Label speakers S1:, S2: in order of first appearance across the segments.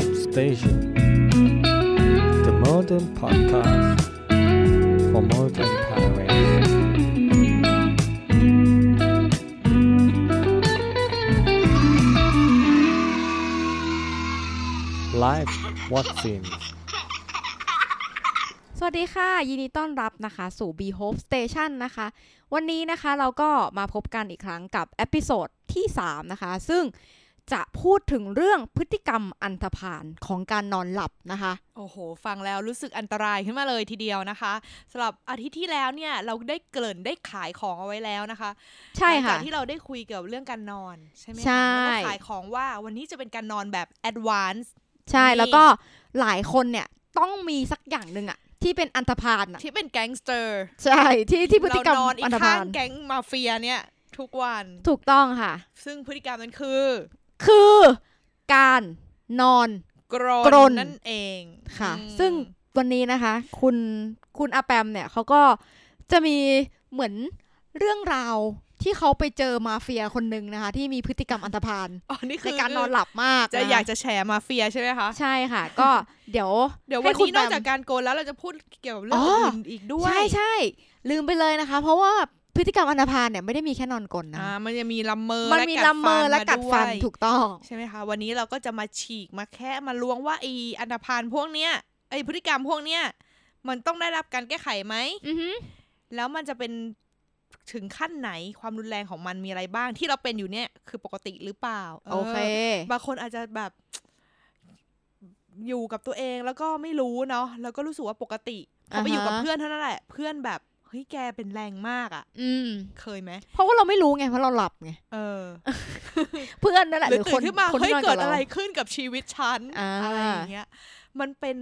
S1: Station, the modern podcast for modern parents. ไลฟ์วัคซีน
S2: สวัสดีค่ะ ยินดีต้อนรับนะคะสู่ B Hope Station นะคะ วันนี้นะคะเราก็มาพบกันอีกครั้งกับเอพิโซดที่ 3 นะคะ ซึ่งจะพูดถึงเรื่องพฤติกรรมอันธพาลของการนอนหลับนะคะ
S3: โอ้โห ฟังแล้วรู้สึกอันตรายขึ้นมาเลยทีเดียวนะคะสำหรับอาทิตย์ที่แล้วเนี่ยเราได้เกริ่นได้ขายของเอาไว้แล้วนะคะ
S2: ใช่
S3: หลังจา
S2: ค่ะ
S3: กที่เราได้คุยเกี่ยวกับเรื่องการนอน ใช่ไหมคะ
S2: ใช่
S3: แล้วก็ขายของว่าวันนี้จะเป็นการนอนแบบแอดวานซ์
S2: ใช่
S3: นี่
S2: แล้วก็หลายคนเนี่ยต้องมีสักอย่างหนึ่งอะที่เป็นอันธพาลอะ
S3: ที่เป็นแก๊งสเตอร์
S2: ใช่ที่ที่พฤติกรรม
S3: เรานอนอี
S2: อัน
S3: ก
S2: ธพา
S3: ข้าง
S2: ล
S3: แก๊งมาเฟียเนี่ย ทุกวัน
S2: ถูกต้องค่ะ
S3: ซึ่งพฤติกรรมนั้นคือ
S2: คือการนอน
S3: กรน
S2: กรน
S3: นั่นเอง
S2: ค่ะ
S3: อืม
S2: ซึ่งวันนี้นะคะ คุณคุณอาแปมเนี่ยเขาก็จะมีเหมือนเรื่องราวที่เขาไปเจอมาเฟียคนหนึ่งนะคะ ที่มีพฤติกรรมอันธพาล
S3: อ๋อนี่
S2: ใน
S3: คือ
S2: การนอนหลับมากน
S3: จะอยากจะแฉมาเฟียใช่ไหมคะ
S2: ใช่ค่ะ ก็ เดี๋ยว
S3: เดี๋ยว
S2: ให้
S3: วัน
S2: คุณ
S3: นี้นอก
S2: แปม
S3: จากการโกนแล้วเราจะพูดเกี่ยวกับเรื่อ
S2: อ๋
S3: ง
S2: ออื่
S3: อื่นอีกด้วย
S2: ใช่ใช่ลืมไปเลยนะคะ เพราะว่าพฤติกรรมอันธพาลเนี่ยไม่ได้มีแค่นอนกลนนะ
S3: อ่ามันจะมีลำเมอ
S2: มัน
S3: และ
S2: มี
S3: กัด
S2: ลำเมอ
S3: ฟัน
S2: และกัดฟัน
S3: มาวย
S2: ถูกต้อง
S3: ใช่ไหมคะ วันนี้เราก็จะมาฉีกมาแค่มาล้วงว่าไออันธพาลพวกเนี้ยไอพฤติกรรมพวกเนี้ยมันต้องได้รับการแก้ไขไหม
S2: อือหือ
S3: แล้วมันจะเป็นถึงขั้นไหนความรุนแรงของมันมีอะไรบ้างที่เราเป็นอยู่เนี่ยคือปกติหรือเปล่า
S2: โอเค
S3: บางคนอาจจะแบบ อยู่กับตัวเองแล้วก็ไม่รู้เนาะแล้วก็รู้สึกว่าปกติพอไปอยู่กับ
S2: อ่าฮะ
S3: เพื่อนเท่านั้นแหละ เพื่อนแบบเฮ้ยแกเป็นแรงมากอะ่ะ
S2: อืม
S3: เคยไหม
S2: เพราะว่าเราไม่รู้ไงเพราะเราหลับไง
S3: เออ
S2: เพื่อนนั่นแหละ
S3: ห
S2: ห
S3: รื
S2: รือ อ
S3: ตื่
S2: คน
S3: นขึ้นมา
S2: คน
S3: เฮ้ย
S2: ที่นอน
S3: เกิ
S2: กับ
S3: ด
S2: เรา
S3: อะไรขึ้นกับชีวิตฉัน
S2: อ่า
S3: อะไรอย่างเงี้ยมันเป็น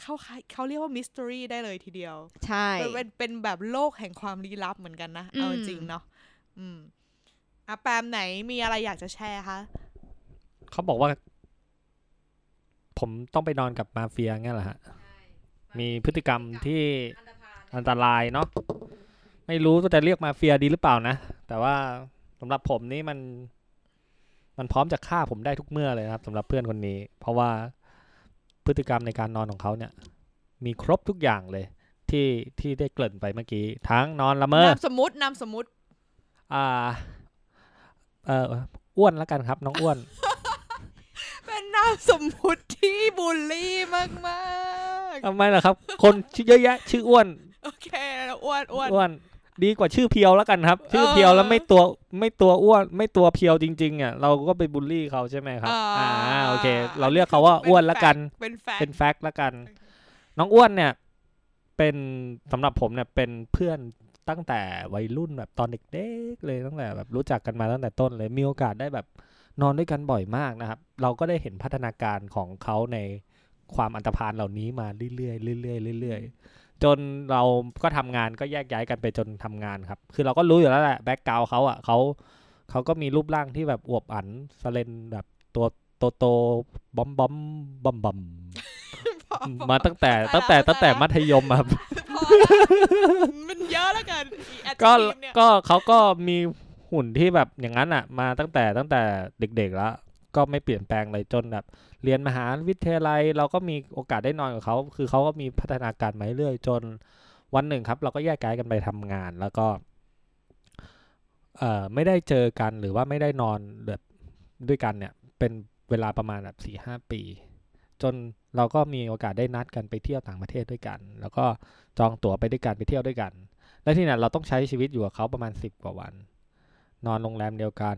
S3: เขาคล้ายเขาเรียกว่ามิส t ต r รีได้เลยทีเดียว
S2: ใช่
S3: มันเป็นเป็นแบบโลกแห่งความลี้ลับเหมือนกันนะ
S2: อืม
S3: เอาจริงๆเนาะอืมอ่ะแปมไหนมีอะไรอยากจะแชร์คะ
S1: เขาบอกว่า ผมต้องไปนอนกับมาเฟียงั้นเหรอฮะ มีพฤติกรรมที่อันตรายเนาะไม่รู้ว่าจะเรียกมาเฟียดีหรือเปล่านะ แต่ว่าสำหรับผมนี่มัน มันพร้อมจะฆ่าผมได้ทุกเมื่อเลยนะครับสำหรับเพื่อนคนนี้ เพราะว่าพฤติกรรมในการนอนของเขาเนี่ย มีครบทุกอย่างเลย ที่ที่ได้เกริ่นไปเมื่อกี้ ทั้งนอนละเมอ
S3: นามสมมตินามสมมติ
S1: อ่า เอออ้วนแล้วกันครับ น้องอ้วน
S3: เป็นนามสมมติที่บูลลี่มากมากๆ
S1: ทำไมล่ะครับ คนชื่อเยอะแยะ ชื่ออ้วน
S3: โอเคแล้วอ้วนอ้วน
S1: อ้วน ดีกว่าชื่อเพียวแล้วกันครับ ชื่อ
S3: เออ
S1: เพียวแล้วไม่ตัวไม่ตัวอ้วน ไม่ตัวเพียวจริงๆอ่ะเราก็ไปบูลลี่เขาใช่ไหมครับ
S3: อ่า
S1: อ่าโอเค เราเรียกเขาว่าอ้วนแล้วกัน
S3: เป็นแฟน
S1: เป็นแฟกต์แล้วกัน น้องอ้วนเนี่ย เป็นสำหรับผมเนี่ยเป็นเพื่อนตั้งแต่วัยรุ่นแบบตอนเด็กๆเลยตั้งแต่แบบรู้จักกันมาตั้งแต่ต้นเลยมีโอกาสได้แบบนอนด้วยกันบ่อยมากนะครับ เราก็ได้เห็นพัฒนาการของเขาในความอันตรพานเหล่านี้มาเรื่อยๆเรื่อยๆเรื่อยๆจนเราก็ทำงานก็แยกย้ายกันไปจนทำงานครับ คือเราก็รู้อยู่แล้วแหละแบ็กกราวเขาอ่ะเขาเขาก็มีรูปร่างที่แบบอวบอันสเลนแบบตัวโตโตๆบอมบอมบอมบอม
S3: พอพอ
S1: มาตั้ง แต่
S3: เข้า
S1: ตั้ง
S3: ใจ
S1: แต่
S3: แล้ว
S1: ตั้งแต่
S3: เข้าใจแล้ว
S1: มัธยมอะครับ
S3: พอแล้วมันเยอะแล้วกันอีแอด
S1: ก็
S3: ทีมเนี่ย
S1: ก็เขาก็มีหุ่นที่แบบอย่างนั้นอ่ะ มาตั้งแต่ตั้งแต่เด็กๆแล้ว ก็ไม่เปลี่ยนแปลงเลยจนแบบ เรียนมหาวิทยาลัย เราก็มีโอกาสได้นอนกับเขาคือเขาก็มีพัฒนาการมาเรื่อยๆจนวันหนึ่งครับ เราก็แยกย้ายกันไปทำงาน แล้วก็ เอ่อไม่ได้เจอกันหรือว่าไม่ได้นอนแบบด้วยกันเนี่ย เป็นเวลาประมาณแบบสี่ห้าปี จนเราก็มีโอกาสได้นัดกันไปเที่ยวต่างประเทศด้วยกัน แล้วก็จองตั๋วไปด้วยกันไปเที่ยวด้วยกัน และที่เนี่ยเราต้องใช้ชีวิตอยู่กับเขาประมาณสิบกว่าวัน นอนโรงแรมเดียวกัน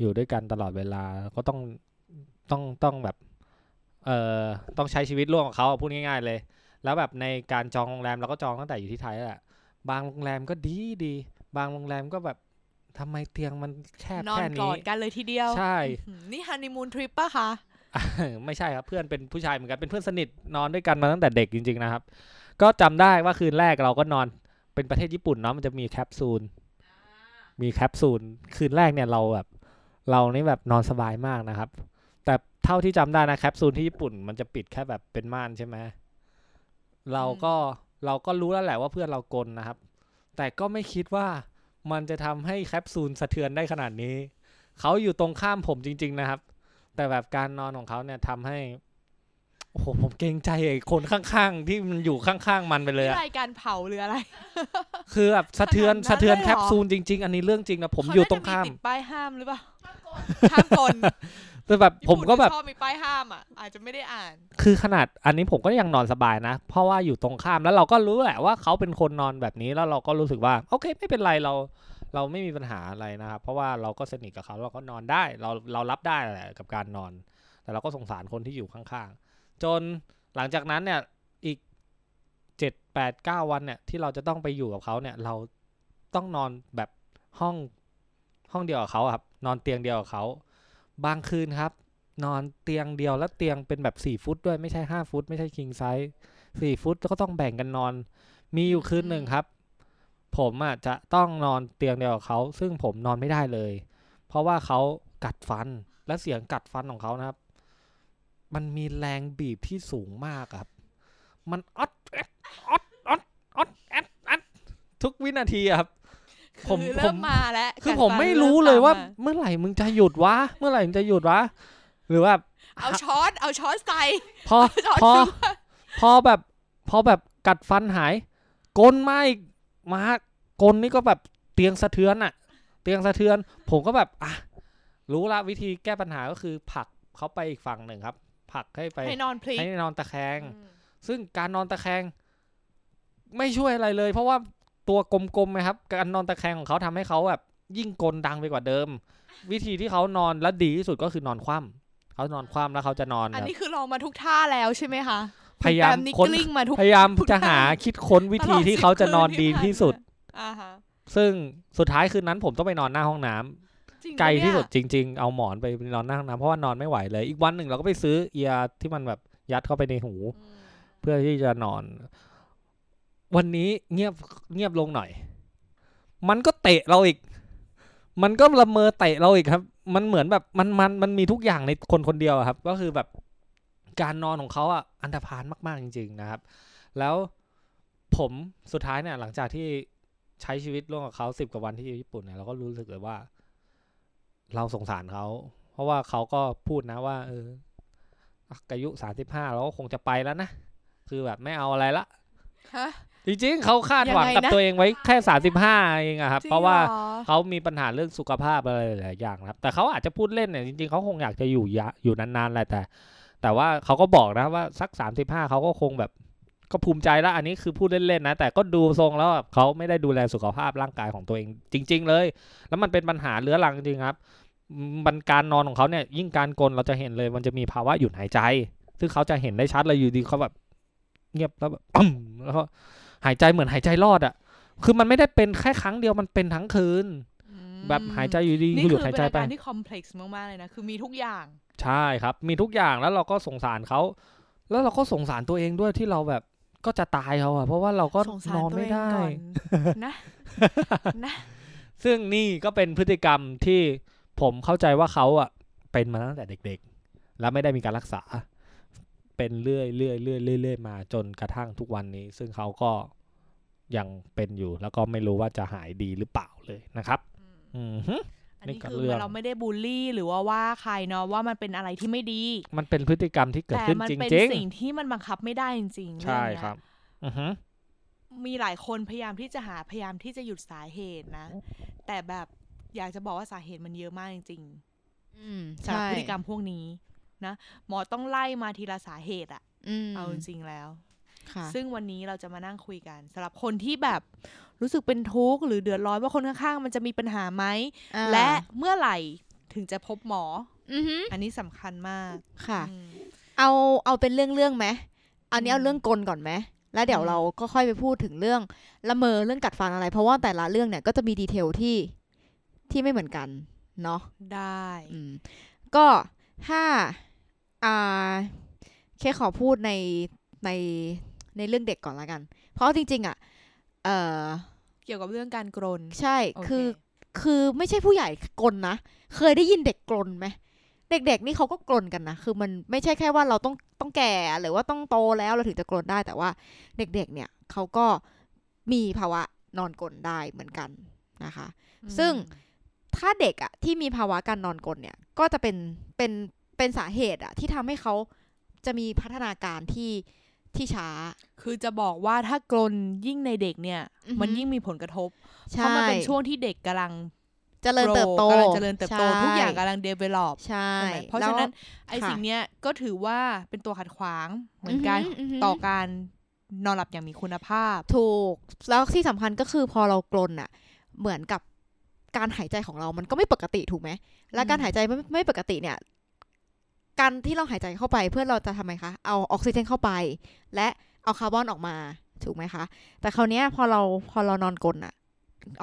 S1: อยู่ด้วยกันตลอดเวลาก็ต้องต้องต้องแบบเอ่อต้องใช้ชีวิตร่วมกับเขาอะพูดง่ายๆเลย แล้วแบบในการจองโรงแรมเราก็จองตั้งแต่อยู่ที่ไทยแล้วแหละบางโรงแรมก็ดีดีบางโรงแรมก็แบบทำไมเตียงมันแคบ
S3: นอน
S1: แค่
S3: ก
S1: นี้
S3: อดกันเลยทีเดียว
S1: ใช่
S3: อื้อหือนี่ฮันนีมูนทริปปะคะ
S1: ไม่ใช่ครับเพื่อนเป็นผู้ชายเหมือนกันเป็นเพื่อนสนิทนอนด้วยกันมาตั้งแต่เด็กจริงๆนะครับ ก็จำได้ว่าคืนแรกเราก็นอนเป็นประเทศญี่ปุ่นเนาะมันจะมีแคปซูลมีแคปซูลคืนแรกเนี่ยเราแบบ เรานี่แบบนอนสบายมากนะครับ แต่เท่าที่จำได้นะแคปซูลที่ญี่ปุ่นมันจะปิดแค่แบบเป็นม่านใช่ไหมเราก็เราก็รู้แล้วแหละว่าเพื่อนเรากลนนะครับ แต่ก็ไม่คิดว่ามันจะทำให้แคปซูลสะเทือนได้ขนาดนี้เขาอยู่ตรงข้ามผมจริง ๆนะครับ แต่แบบการนอนของเขาเนี่ยทำให้ โอ้โหผมเกรงใจไอ้คนข้างๆ ที่มันอยู่ข้างๆมันไปเลยอะ
S3: รายการเผาหรืออะไร
S1: คือแบบสะเทือน
S3: ขนาดนั้น
S1: สะเทือน
S3: เลย
S1: แค
S3: เหรอ
S1: ปซูลจริง ๆ อันนี้เรื่องจริงนะผมอยู่ตรงข้าม
S3: เขน่จะติดป้ายห้ามหรือเปล่า ห้ามกล
S1: แต่แบบผมก็แบบ
S3: ชอบมีป้ายห้ามอ่ะอาจจะไม่ได้อ่าน
S1: คือขนาดอันนี้ผมก็ยังนอนสบายนะ เพราะว่าอยู่ตรงข้ามแล้วเราก็รู้แหละว่าเขาเป็นคนนอนแบบนี้แล้วเราก็รู้สึกว่าโอเคไม่เป็นไรเรา เราไม่มีปัญหาอะไรนะครับเพราะว่าเราก็สนิทกับเขาเราก็นอนได้เราเรารับได้แหละกับการนอน แต่เราก็สงสารคนที่อยู่ข้างๆ จนหลังจากนั้นเนี่ยอีกเจ็ดแปดเก้าวันเนี่ยที่เราจะต้องไปอยู่กับเขาเนี่ยเราต้องนอนแบบห้องห้องเดียวกับเขาอะครับนอนเตียงเดียวกับเขาบางคืนครับ นอนเตียงเดียวแล้วเตียงเป็นแบบสี่ฟุตด้วยไม่ใช่ห้าฟุต ไม่ใช่คิงไซส์สี่ฟุตแล้วก็ต้องแบ่งกันนอน มีอยู่คืนหนึ่งครับ ผมอ่ะจะต้องนอนเตียงเดียวกับเขาซึ่งผมนอนไม่ได้เลย เพราะว่าเขากัดฟันและเสียงกัดฟันของเขานะครับ มันมีแรงบีบที่สูงมากครับ มันอัดแอดอัดอัดอัดแอดอัดทุกวินาทีอะครับ ผ
S3: คื
S1: ม
S3: อ
S1: ผ
S3: เริ่
S1: ม
S3: มมาแล้ว
S1: คือ
S3: กัด
S1: ผม
S3: ฟัน
S1: ไม่
S3: ริ่
S1: รู้
S3: ต
S1: เลยว่า
S3: มม
S1: เมื่อไหร่มึงจะหยุดวะเมื่อไหร่มึงจะหยุดวะหรือว่า
S3: เอาช้อนเอาช้อนใส่
S1: พอ
S3: จอด
S1: พอ
S3: ซื้อ
S1: พอแบบ พอแบบกัดฟันหายกลนมาอีกมากลนนี่ก็แบบเตียงสะเทือนอะเตียงสะเทือน ผมก็แบบอ่ะรู้ละวิธีแก้ปัญหาก็คือผลักเขาไปอีกฝั่งหนึ่งครับผลักให้ไป
S3: ให้นอนพลิก
S1: ให้นอนตะแคง
S3: อืม
S1: ซึ่งการนอนตะแคง ไม่ช่วยอะไรเลย เพราะว่าตัวกลมๆนะครับ การนอนตะแคงของเขาทำให้เขาแบบ ยิ่งกลดังไปกว่าเดิม วิธีที่เขานอนและดีที่สุดก็คือนอนคว่ำเขานอนคว่ำแล้วเขาจะนอน
S3: อัน
S1: แบบ
S3: นี้คือลองมาทุกท่าแล้วใช่ไหมคะ
S1: พยายาม
S3: คุณแปนี่
S1: ค้น
S3: กลิ้งมาทุก
S1: พยายามจะหาคิดค้นวิธีที่เขาจะนอนดีที่สุด
S3: อ่าฮะ
S1: ซึ่งสุดท้ายคืนนั้นผมต้องไปนอนหน้าห้องน้ำ
S3: จริงปะ
S1: ไกลที่สุด
S3: เนี่ย
S1: จริง ๆ เอาหมอนไปนอนหน้าห้องน้ำเพราะว่านอนไม่ไหวเลย อีกวันหนึ่งเราก็ไปซื้อเอียร์ที่มันแบบยัดเข้าไปในหู
S3: อืม
S1: เพื่อที่จะนอน วันนี้เงียบเงียบลงหน่อย มันก็เตะเราอีก มันก็ละเมอเตะเราอีกครับ มันเหมือนแบบมันมันมันมีทุกอย่างในคนคนเดียวอะครับ ก็คือแบบการนอนของเขาอ่ะอันธพาลมาก ๆ จริง ๆ นะครับ แล้วผมสุดท้ายเนี่ย หลังจากที่ใช้ชีวิตร่วมกับเขาสิบกว่าวันที่อยู่ญี่ปุ่นเนี่ยเราก็รู้สึกเลยว่า เราสงสารเขา เพราะว่าเขาก็พูดนะว่า เอออ่ะอายุสามสิบห้าเราก็คงจะไปแล้วนะ คือแบบไม่เอาอะไรละ
S3: ฮะ
S1: จริงๆเขาคาดหวัง
S3: ยังไง
S1: กับ
S3: นะ
S1: ตัวเองไว้แค่สามสิบห้าเองอะครับ
S3: จง
S1: เพราะว่า
S3: หอ
S1: เขามีปัญหาเรื่องสุขภาพอะไรหลายๆอย่างนะครับ แต่เขาอาจจะพูดเล่นเนี่ยจริงๆเขาคงอยากจะอยู่ยะอยู่นานๆแหละแต่ แต่ว่าเขาก็บอกนะว่าสักสามสิบห้าเขาก็คงแบบ ก็ภูมิใจแล้วอันนี้คือพูดเล่นๆนะ แต่ก็ดูทรงแล้วแบบเขาไม่ได้ดูแลสุขภาพร่างกายของตัวเอง จริง ๆ เลย แล้วมันเป็นปัญหาเรื้อรังจริงๆครับมันการนอนของเขาเนี่ย ยิ่งการกลนเราจะเห็นเลย มันจะมีภาวะหยุดหายใจ ซึ่งเขาจะเห็นได้ชัดเลยอยู่ดีเขาแบบเงียบแล้วแบบ อ่ำแล้วก็หายใจเหมือนหายใจรอดอะ่ะ คือมันไม่ได้เป็นแค่ครั้งเดียวมันเป็นทั้งคืน
S3: อืม
S1: แบบหายใจอยู่ดี
S3: นี่
S1: ก็ห
S3: คื
S1: ยุด
S3: อเป็
S1: หาน ยใจ
S3: อา
S1: ไป
S3: การที่คอมเพล็กซ์มากๆเลยนะคือมีทุกอย่าง
S1: ใช่ครับ มีทุกอย่างแล้วเราก็สงสารเขา แล้วเราก็สงสารตัวเองด้วยที่เราแบบก็จะตายเขาอะเพราะว่าเราก็
S3: สงสาร
S1: นอน
S3: ตัว
S1: ไม่
S3: เอง
S1: ได้
S3: ก่อนนะ นะ
S1: ซึ่งนี่ก็เป็นพฤติกรรมที่ผมเข้าใจว่าเขาอะเป็นมาตั้งแต่เด็กๆ แล้วไม่ได้มีการรักษา เป็นเรื่อยๆเรื่อยๆเรื่อยๆมาจนกระทั่งทุกวันนี้ ซึ่งเขาก็ยังเป็นอยู่ แล้วก็ไม่รู้ว่าจะหายดีหรือเปล่าเลยนะครับ อืมฮึ
S3: อันนี้
S1: นี่ก็
S3: คือ
S1: เรื่อง
S3: เราไม่ได้บูลลี่หรือว่าว่าใครเนาะว่ามันเป็นอะไรที่ไม่ดี
S1: มันเป็นพฤติกรรมที่เกิด
S3: แต่
S1: ขึ้น
S3: มั
S1: จ
S3: เป็น
S1: ริง
S3: สิ่งที่มันบังคับไม่ได้จริง
S1: ๆ
S3: ๆเรื่อง
S1: ใช่
S3: เนี้ย
S1: ครับ อือฮึ
S3: มีหลายคนพยายามที่จะหาพยายามที่จะหยุดสาเหตุนะ แต่แบบอยากจะบอกว่าสาเหตุมันเยอะมากจริง
S2: อืม
S3: ๆสำหรับ
S2: ใช่
S3: พฤติกรรมพวกนี้นะหมอต้องไล่มาทีละสาเหตุอะ
S2: อืม
S3: เอาจริงๆแล้ว
S2: ค่ะ
S3: ซึ่งวันนี้เราจะมานั่งคุยกันสำหรับคนที่แบบรู้สึกเป็นทุกข์หรือเดือดร้อนว่าคนข้างๆ มันจะมีปัญหาไหม และเมื่อไหร่ถึงจะพบหมอ
S2: อือหือ
S3: อันนี้สำคัญมาก
S2: ค่ะ
S3: อืม
S2: เอาเอาเป็นเรื่องเรื่องๆไหมอันนี้
S3: อืม
S2: เอาเรื่องกลก่อนไหมแล้วเดี๋ยว
S3: อืม
S2: เราก็ค่อยไปพูดถึงเรื่องละเมอเรื่องกัดฟันอะไร เพราะว่าแต่ละเรื่องเนี่ยก็จะมีดีเทลที่ที่ไม่เหมือนกันเนาะ
S3: ได้
S2: อืมก็ถ้าอ่าแค่ขอพูดในในในเรื่องเด็กก่อนละกัน เพราะจริงๆอ่ะเออ
S3: เกี่ยวกับเรื่องการกรน
S2: ใช่
S3: โเ
S2: คือ คือไม่ใช่ผู้ใหญ่กลนนะ เคยได้ยินเด็กกลนไหมเด็กๆนี่เขาก็กลนกันนะ คือมันไม่ใช่แค่ว่าเราต้องต้องแก่หรือว่าต้องโตแล้วเราถึงจะกลนได้ แต่ว่าเด็กๆเนี่ยเขาก็มีภาวะนอนกลนได้เหมือนกันนะคะ
S3: อืม
S2: ซึ่ง ถ้าเด็กอะที่มีภาวะการนอนกลนเนี่ย ก็จะเป็นเป็นเป็นสาเหตุอะที่ทำให้เขา จะมีพัฒนาการที่ที่ช้า
S3: คือจะบอกว่าถ้ากลนยิ่งในเด็กเนี่ย
S2: อือหือ
S3: มันยิ่งมีผลกระทบ
S2: ใช่
S3: เพราะมันเป็นช่วงที่เด็กกำลัง
S2: เจริญเติบโต
S3: grow กำลังเจริญเติบโต ทุกอย่าง
S2: ใช่
S3: กำลัง develop
S2: ใช่
S3: ใช่ไหมเพราะฉะนั้น
S2: แ
S3: ไอ้
S2: ค่ะ
S3: สิ่งเนี้ยก็ถือว่าเป็นตัวขัดขวาง
S2: ล้ว
S3: เหมือนกัน
S2: หืหื
S3: ต่อการนอนหลับอย่างมีคุณภาพ
S2: ถูก แล้วที่สำคัญก็คือพอเรากลนอ่ะ เหมือนกับการหายใจของเรามันก็ไม่ปกติถูกไหม และ
S3: อืม
S2: การหายใจไม่ไม่ปกติเนี่ย การที่เราหายใจเข้าไปเพื่อเราจะทำไมคะ เอาออกซิเจนเข้าไป และเอาคาร์บอนออกมาถูกไหมคะ แต่คราวเนี้ยพอเราพอเรานอนกลนอะ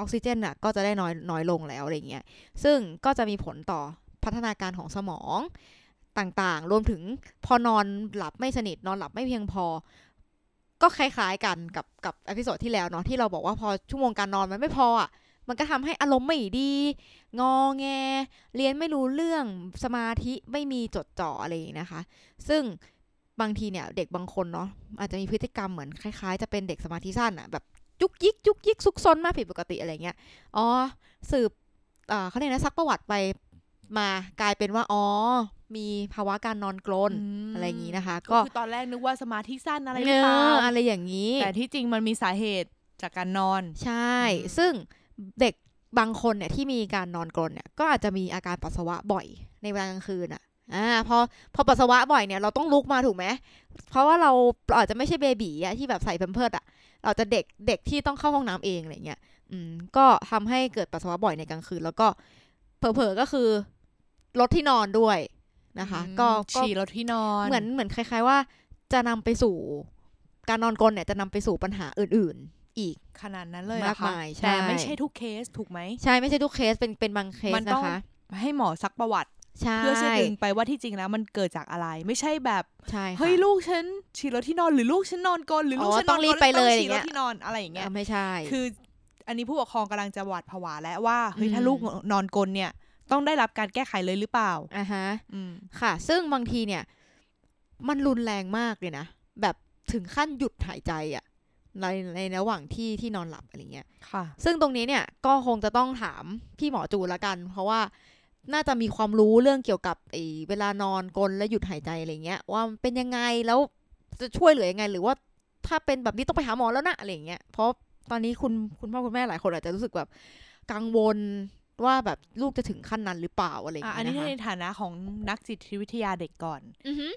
S2: ออกซิเจนอะก็จะได้น้อยน้อยลงแล้วอะไรเงี้ย ซึ่งก็จะมีผลต่อพัฒนาการของสมองต่างๆ รวมถึงพอนอนหลับไม่สนิทนอนหลับไม่เพียงพอ ก็คล้ายๆกันกับกับอพิโซดที่แล้วเนาะที่เราบอกว่าพอชั่วโมงการนอนมันไม่พออะมันก็ทำให้อารมณ์ไม่ดี งอแง เรียนไม่รู้เรื่องสมาธิไม่มีจดจ่ออะไรอย่างนี้นะคะ ซึ่งบางทีเนี่ยเด็กบางคนเนาะอาจจะมีพฤติกรรมเหมือนคล้ายๆ จะเป็นเด็กสมาธิสั้นอะแบบยุกยิกยุกยิกซุกซนมากผิดปกติอะไรเงี้ยอ๋อสืบเอ่อเขาเรียกนะซักประวัติไปมากลายเป็นว่าอ๋อมีภาวะการนอนกรน
S3: ม
S2: อะไรอย่างนี้นะคะก็
S3: ก็คือตอนแรกนึกว่าสมาธิสั้นอะไรหรือเปล่า
S2: เอออะไรอย่างนี้
S3: แต่ที่จริงมันมีสาเหตุจากการนอน
S2: ใช่
S3: อืม
S2: ซึ่งเด็กบางคนเนี่ยที่มีการนอนกรนเนี่ยก็อาจจะมีอาการปัสสาวะบ่อยในเวลากลางคืนอ่ะ อ่า พอ พอปัสสาวะบ่อยเนี่ยเราต้องลุกมาถูกไหม เพราะว่าเราเราอาจจะไม่ใช่เบบีอะที่แบบใส่แพมเพิร์ดอะเราจะเด็กเด็กที่ต้องเข้าห้องน้ำเองอะไรเงี้ย อืม ก็ทำให้เกิดปัสสาวะบ่อยในกลางคืน แล้วก็เผลอๆก็คือลดที่นอนด้วยนะคะ ก็ก็
S3: ฉี่รถที่นอน
S2: เหมือนเหมือนคล้าย ๆว่าจะนำไปสู่การนอนกรนเนี่ยจะนำไปสู่ปัญหาอื่น ๆ อีก
S3: ขนาดนั้นเลยเหรอ
S2: มาก
S3: คะ
S2: มายใช่
S3: แต่ไม่ใช่ทุกเคสถูกไหม
S2: ใช่ไม่ใช่ทุกเคสเป็นเป็นบางเค
S3: มั
S2: ส
S3: นต้
S2: นะ
S3: อง
S2: คะ
S3: ให้หมอซักประวัติ
S2: ใช่
S3: เพื่อจะดึงไปว่าที่จริงแล้วมันเกิดจากอะไร ไม่ใช่แบบ
S2: ใช่ค่ะ
S3: เฮ้ยลูกฉันฉี่รถที่นอนหรือลูกฉันนอนกลนหรืออ
S2: อ
S3: ลูกฉันนอน
S2: ต้องรีบ
S3: กน
S2: ไปเลยอ
S3: ฉี่ร
S2: ย่างเงี้
S3: ถ
S2: ย
S3: ที่นอนอะไรอย่างเงี้ย
S2: อ่ะไม่ใช่
S3: คืออันนี้ผู้ปกครองกำลังจะหวาดผวาและว่าเฮ้ย
S2: อืม
S3: ถ้าลูกนอนกลนเนี่ย ต้องได้รับการแก้ไขเลยหรือเปล่า
S2: อ่ะฮะ
S3: อืม
S2: ค่ะ ซึ่งบางทีเนี่ย มันรุนแรงมากเลยนะ แบบถึงขั้นหยุดหายใจอะในในระหว่างที่ที่นอนหลับอะไรเงี้ย
S3: ค่ะ
S2: ซึ่งตรงนี้เนี่ยก็คงจะต้องถามพี่หมอจูนละกัน เพราะว่าน่าจะมีความรู้เรื่องเกี่ยวกับไอ้เวลานอนกลนและหยุดหายใจอะไรเงี้ย ว่ามันเป็นยังไงแล้วจะช่วยเหลือยังไง หรือว่าถ้าเป็นแบบนี้ต้องไปหาหมอแล้วนะอะไรเงี้ยเพราะตอนนี้คุณคุณพ่อคุณแม่หลายคนอาจจะรู้สึกแบบกังวลว่าแบบลูกจะถึงขั้นนั้นหรือเปล่าอะไรอย่าง
S3: อ่ะ
S2: เงี้
S3: อัน
S2: ยนะ
S3: นี้
S2: คะ
S3: ในฐานะของนักจิตวิทยาเด็กก่อน
S2: อือฮึ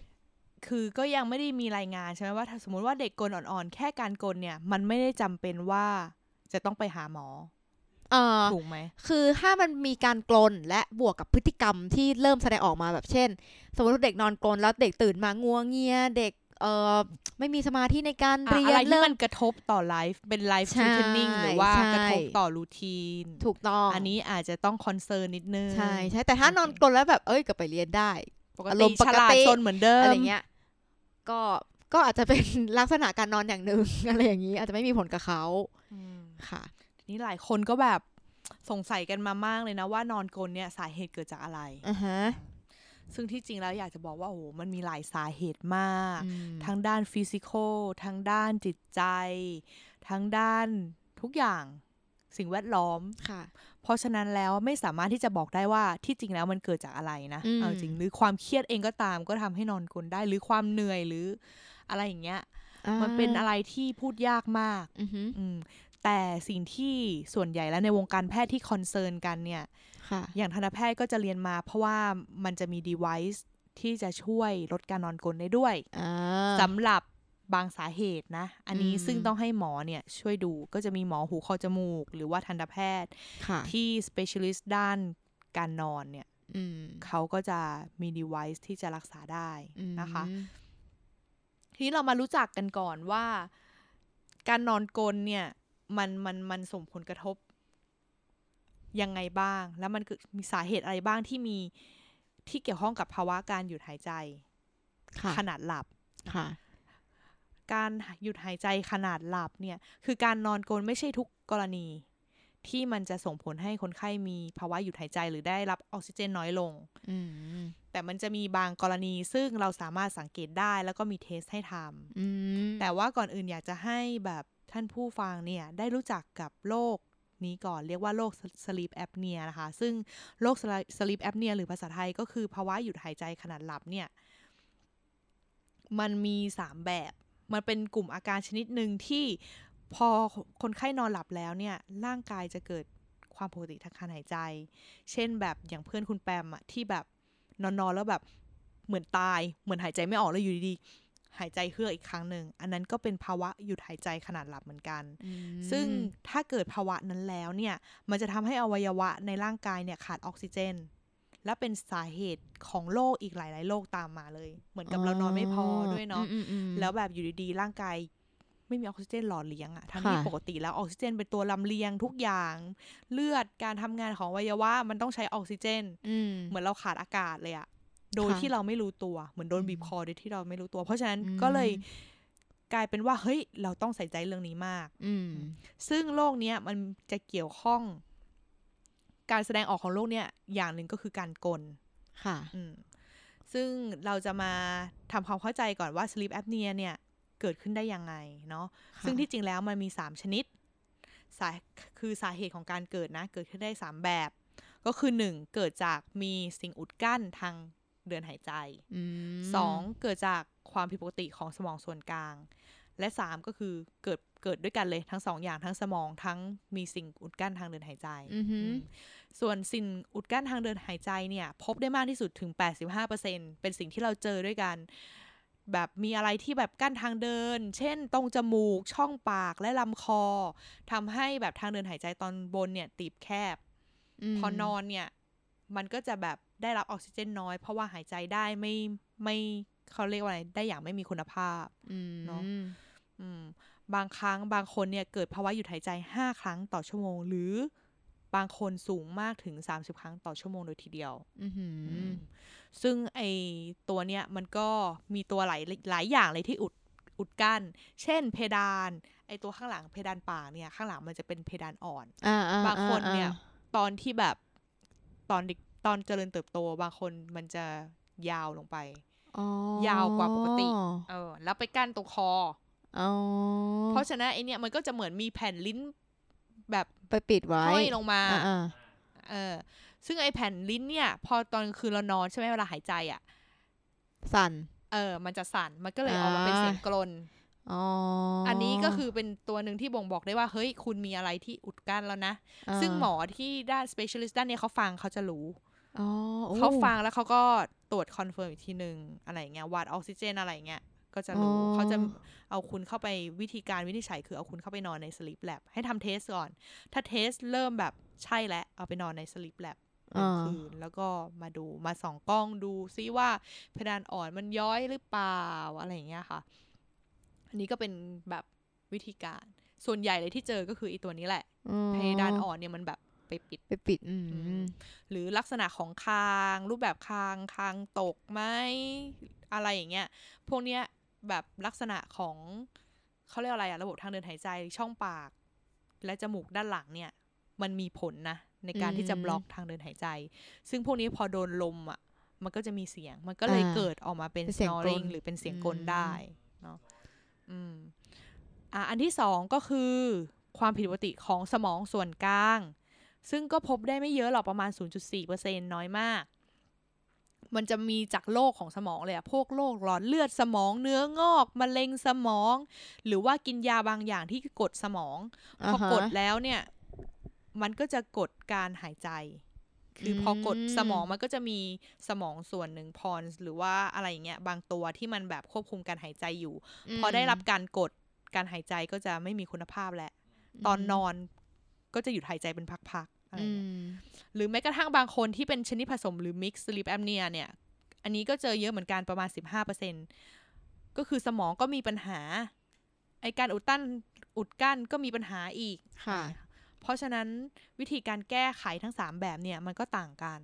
S3: คือก็ยังไม่ได้มีรายงานใช่ไหมว่าถ้าสมมติว่าเด็กกลนอ่อนๆ แค่การกลนเนี่ย มันไม่ได้จำเป็นว่าจะต้องไปหาหมอ
S2: เอ่อ
S3: ถูกไหม
S2: คือถ้ามันมีการกลนและบวกกับพฤติกรรมที่เริ่มแสดงออกมาแบบเช่น สมมติว่าเด็กนอนกลนแล้วเด็กตื่นมางัวงเงียเด็กเอ่อไม่มีสมาธิในการ
S3: อะ
S2: เรีย
S3: อะไร
S2: น
S3: ที่
S2: เริ่
S3: มั
S2: ม
S3: นกระทบต่อไลฟ์เป็นไลฟ์
S2: ใช่
S3: ทิทนิ่งหรือว่า
S2: ใช่
S3: กระทบต่อรูทีน
S2: ถูกต้อง
S3: อันนี้อาจจะต้องคอนเซิร์นนิดนึง
S2: ใช่ใช่แต่ถ้านอนกลนแล้วแบบเอ้ยกลับไปเรียนได้
S3: ปก
S2: อาร
S3: ติ
S2: มณ์ป
S3: ฉ
S2: ก
S3: ลาด
S2: ติ
S3: ซนเหมือนเดิม
S2: อะไรเงี้ยก็ก็อาจจะเป็น ลักษณะการนอนอย่างหนึ่ง อะไรอย่างนี้ อาจจะไม่มีผลกับเขา
S3: อืม
S2: ค่ะ
S3: ทีนี่หลายคนก็แบบสงสัยกันมามากเลยนะว่านอนกลนเนี่ยสาเหตุเกิดจากอะไร
S2: อ่าฮะ
S3: ซึ่งที่จริงแล้วอยากจะบอกว่าโอ้โหมันมีหลายสาเหตุมาก
S2: อืม
S3: ทั้งด้านฟิสิกอลทั้งด้านจิตใจ ทั้งด้านทุกอย่างสิ่งแวดล้อม
S2: ค่ะ
S3: เพราะฉะนั้นแล้วไม่สามารถที่จะบอกได้ว่าที่จริงแล้วมันเกิดจากอะไรนะ
S2: อืม
S3: เอาจริงหรือความเครียดเองก็ตามก็ทำให้นอนกลนได้หรือความเหนื่อยหรืออะไรอย่างเงี้ยมันเป็นอะไรที่พูดยากมาก
S2: อือฮึ
S3: อืมแต่สิ่งที่ส่วนใหญ่แล้วในวงการแพทย์ที่คอนเซิร์นกันเนี่ย
S2: ค่ะ
S3: อย่างทันตแพทย์ก็จะเรียนมาเพราะว่ามันจะมี device ที่จะช่วยลดการนอนกลนได้ด้วย
S2: อ่า
S3: สำหรับบางสาเหตุนะ อันนี้
S2: อืม
S3: ซึ่งต้องให้หมอเนี่ยช่วยดูก็จะมีหมอหูคอจมูก หรือว่าทันตแพทย์
S2: ค่ะ
S3: ที่ specialist ด้านการนอนเนี่ย
S2: อืม
S3: เขาก็จะมี device ที่จะรักษาได้นะคะ
S2: อืม
S3: ทีนี้เรามารู้จักกันก่อนว่า การนอนกลนเนี่ยมันมันมันส่งผลกระทบ ยังไงบ้าง แล้วมันคือมีสาเหตุอะไรบ้างที่มีที่เกี่ยวข้องกับภาวะการหยุดหายใจ
S2: ค่ะ
S3: ขนาดหลับ
S2: ค่ะ
S3: การหยุดหายใจขนาดหลับเนี่ย คือการนอนกลนไม่ใช่ทุกกรณี ที่มันจะส่งผลให้คนไข้มีภาวะหยุดหายใจหรือได้รับออกซิเจนน้อยลง
S2: อืม
S3: แต่มันจะมีบางกรณีซึ่งเราสามารถสังเกตได้แล้วก็มีเทสให้ทำ
S2: อืม
S3: แต่ว่าก่อนอื่นอยากจะให้แบบท่านผู้ฟังเนี่ยได้รู้จักกับโรคนี้ก่อนเรียกว่าโรคสลีปแอปเนียนะคะ ซึ่งโรคสลีปแอปเนียหรือภาษาไทยก็คือภาวะหยุดหายใจขณะหลับเนี่ย มันมีสามแบบ มันเป็นกลุ่มอาการชนิดหนึ่งที่พอคนไข้นอนหลับแล้วเนี่ยร่างกายจะเกิดความผิดปกติทางการหายใจ เช่นแบบอย่างเพื่อนคุณแปมอะที่แบบนอนๆแล้วแบบเหมือนตายเหมือนหายใจไม่ออกแล้วอยู่ดีๆหายใจเฮือกอีกครั้งหนึ่งอันนั้นก็เป็นภาวะหยุดหายใจขนาดหลับเหมือนกัน
S2: อืม
S3: ซึ่งถ้าเกิดภาวะนั้นแล้วเนี่ย มันจะทำให้อวัยวะในร่างกายเนี่ยขาดออกซิเจน และเป็นสาเหตุของโรคอีกหลาย ๆ โรคตามมาเลย เหมือนกับเรานอนไม่พอด้วยเนาะ
S2: อืมอืมอืม
S3: แล้วแบบอยู่ดีๆ ร่างกายไม่มีออกซิเจนหล่อเลี้ยงอะทั้งที่
S2: ค่ะ
S3: ปกติแล้วออกซิเจนเป็นตัวลำเลียงทุกอย่าง เลือดการทำงานของอวัยวะมันต้องใช้ออกซิเจน
S2: อืม
S3: เหมือนเราขาดอากาศเลยอะโดย
S2: ค่ะ
S3: ที่เราไม่รู้ตัว เหมือนโดนบีบ
S2: อืม
S3: คอโดยที่เราไม่รู้ตัว เพราะฉะนั้น
S2: อืม
S3: ก็เลยกลายเป็นว่าเฮ้ยเราต้องใส่ใจเรื่องนี้มาก
S2: อืม
S3: ซึ่งโรคเนี้ยมันจะเกี่ยวข้อง การแสดงออกของโรคเนี้ยอย่างหนึ่งก็คือการกล
S2: ค่ะ
S3: อืมซึ่งเราจะมาทำความเข้าใจก่อนว่า sleep apnea เนี่ยเกิดขึ้นได้ยังไงเนาะซึ่งที่จริงแล้วมันมี 3 ชนิดสาคือสาเหตุของการเกิดนะ เกิดขึ้นได้ 3 แบบ ก็คือ 1 เกิดจากมีสิ่งอุดกั้นทางเดินหายใจ
S2: อืม
S3: สองเกิดจากความผิดปกติของสมองส่วนกลาง และสามก็คือเกิดเกิดด้วยกันเลยทั้งสองอย่างทั้งสมองทั้งมีสิ่งอุดกั้นทางเดินหายใจ
S2: อือหือ
S3: อืมส่วนสิ่งอุดกั้นทางเดินหายใจเนี่ย พบได้มากที่สุดถึง 85%เป็นสิ่งที่เราเจอด้วยกัน แบบมีอะไรที่แบบกั้นทางเดิน เช่น ตรงจมูก ช่องปากและลำคอทำให้แบบทางเดินหายใจตอนบนเนี่ยตีบแคบ
S2: ม
S3: พอนอนเนี่ย มันก็จะแบบได้รับออกซิเจนน้อย เพราะว่าหายใจได้ไม่ไม่เขาเรียกว่าอะไรได้อย่างไม่มีคุณภาพ
S2: อืม
S3: เนอะ อืมบางครั้งบางคนเนี่ยเกิดภาวะหยุดหายใจ 5 ครั้งต่อชั่วโมง หรือบางคนสูงมากถึง 30 ครั้งต่อชั่วโมงโดยทีเดียว
S2: อือหืออ
S3: ซึ่งไอตัวเนี่ยมันก็มีตัวหลายหลายอย่างเลยที่อุดอุดกั้น เช่นเพดาน ไอตัวข้างหลังเพดานปากเนี่ยข้างหลังมันจะเป็นเพดานอ่อน
S2: อ่อ่
S3: บางคน
S2: อ่
S3: เนี่ย ตอนที่แบบตอนเด็กตอนเจริญเติบโตบางคนมันจะยาวลงไป
S2: อ๋อย
S3: าวกว่าปกติ เออ แล้วไปกั้นตรงคอ
S2: อ๋อ
S3: เพราะฉะนั้นไอเนี่ยมันก็จะเหมือนมีแผ่นลิ้นแบบ
S2: ไปปิดไว้
S3: ห้อยลงมา
S2: อ่าอ่า
S3: เออ ซึ่งไอแผ่นลิ้นเนี่ย พอตอนคืนเรานอนใช่ไหมเวลาหายใจอ่ะ
S2: สั่น
S3: เออ มันจะสั่นมันก็เลยออกมาเป็นเสียงกลน
S2: อ๋ออั
S3: อันนี้ก็คือเป็นตัวหนึ่งที่บ่งบอกได้ว่าเฮ้ยคุณมีอะไรที่อุดกั้นแล้วนะ
S2: า
S3: ซึ่งหมอที่ด้าน specialist ด้านเนี้ยเขาฟังเขาจะรู้
S2: อ๋อโอ้
S3: เขาฟังแล้วเขาก็ตรวจคอนเฟิร์มอีกทีหนึ่งอะไรอย่างเงี้ยวัดออกซิเจนอะไรอย่างเงี้ยก็จะรู้
S2: อ๋อ
S3: เขาจะเอาคุณเข้าไปวิธีการวินิจฉัยคือเอาคุณเข้าไปนอนในสลิปแลบให้ทำเทสก่อน ถ้าเทสเริ่มแบบใช่แล้วเอาไปนอนในสลิปแลบหนึ่ง
S2: อ่า
S3: คืนแล้วก็มาดูมาส่องกล้องดูซิว่าเพดานอ่อนมันย้อยหรือเปล่าอะไรอย่างเงี้ยค่ะ อันนี้ก็เป็นแบบวิธีการ ส่วนใหญ่เลยที่เจอก็คือไอีตัวนี้แหละ
S2: อืม
S3: เพดานอ่อนเนี่ยมันแบบไปปิด
S2: ไปปิด อืม
S3: หรือลักษณะของคาง รูปแบบคางคางตกไหมอะไรอย่างเงี้ยพวกเนี้ยแบบลักษณะของเขาเรียกอะไรอะระบบทางเดินหายใจช่องปาก และจมูกด้านหลังเนี่ย มันมีผลนะในการที่จะ
S2: อืม
S3: บล็อกทางเดินหายใจ ซึ่งพวกนี้พอโดนลมอะมันก็จะมีเสียง มันก็เลย
S2: อ่า
S3: เกิดออกมาเป็น
S2: เป็นเสียงกลน
S3: snoring หรือเป็นเสียงกลนได้เนาะอืมอ่ะอันที่สองก็คือความผิดปกติของสมองส่วนกลาง ซึ่งก็พบได้ไม่เยอะหรอกประมาณ 0.4%น้อยมาก มันจะมีจากโรคของสมองเลยอะพวกโรคหลอดเลือดสมองเนื้องอกมะเร็งสมอง หรือว่ากินยาบางอย่างที่กดสมอง พอ
S2: ฮะ
S3: กดแล้วเนี่ย มันก็จะกดการหายใจ คืออ
S2: ม
S3: พอกดสมองมันก็จะมีสมองส่วนหนึ่งพอนหรือว่าอะไรอย่างเงี้ยบางตัวที่มันแบบควบคุมการหายใจอยู่
S2: ม
S3: พอได้รับการกดการหายใจก็จะไม่มีคุณภาพแหละ ตอนนอนก็จะหยุดหายใจเป็นพักๆอะไร
S2: อื
S3: เงี้ย
S2: ม
S3: หรือแม้กระทั่งบางคนที่เป็นชนิดผสมหรือ mix sleep apnea เนี่ย อันนี้ก็เจอเยอะเหมือนกันประมาณ 15%ก็คือสมองก็มีปัญหา ไอการอุดตั้นอุดกั้นก็มีปัญหาอีก
S2: ค่ะ
S3: เพราะฉะนั้นวิธีการแก้ไขทั้ง 3 แบบเนี่ย มันก็ต่างกัน